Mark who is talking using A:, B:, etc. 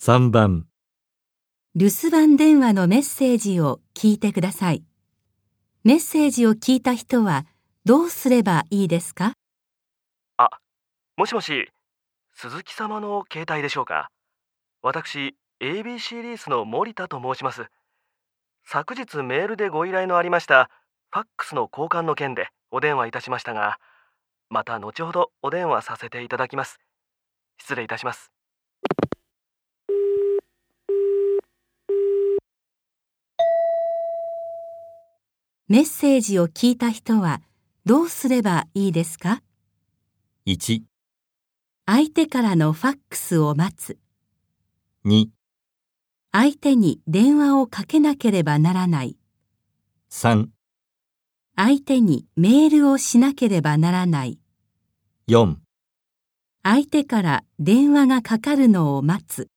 A: 3番、
B: 留守番電話のメッセージを聞いてください。メッセージを聞いた人はどうすればいいですか
C: もしもし、鈴木様の携帯でしょうか。私、ABC リースの森田と申します。昨日メールでご依頼のありました、ファックスの交換の件でお電話いたしましたが、また後ほどお電話させていただきます。失礼いたします。
B: メッセージを聞いた人はどうすればいいですか
A: 1、
B: 相手からのファックスを待つ。
A: 2、
B: 相手に電話をかけなければならない。
A: 3、
B: 相手にメールをしなければならない。
A: 4。
B: 相手から電話がかかるのを待つ。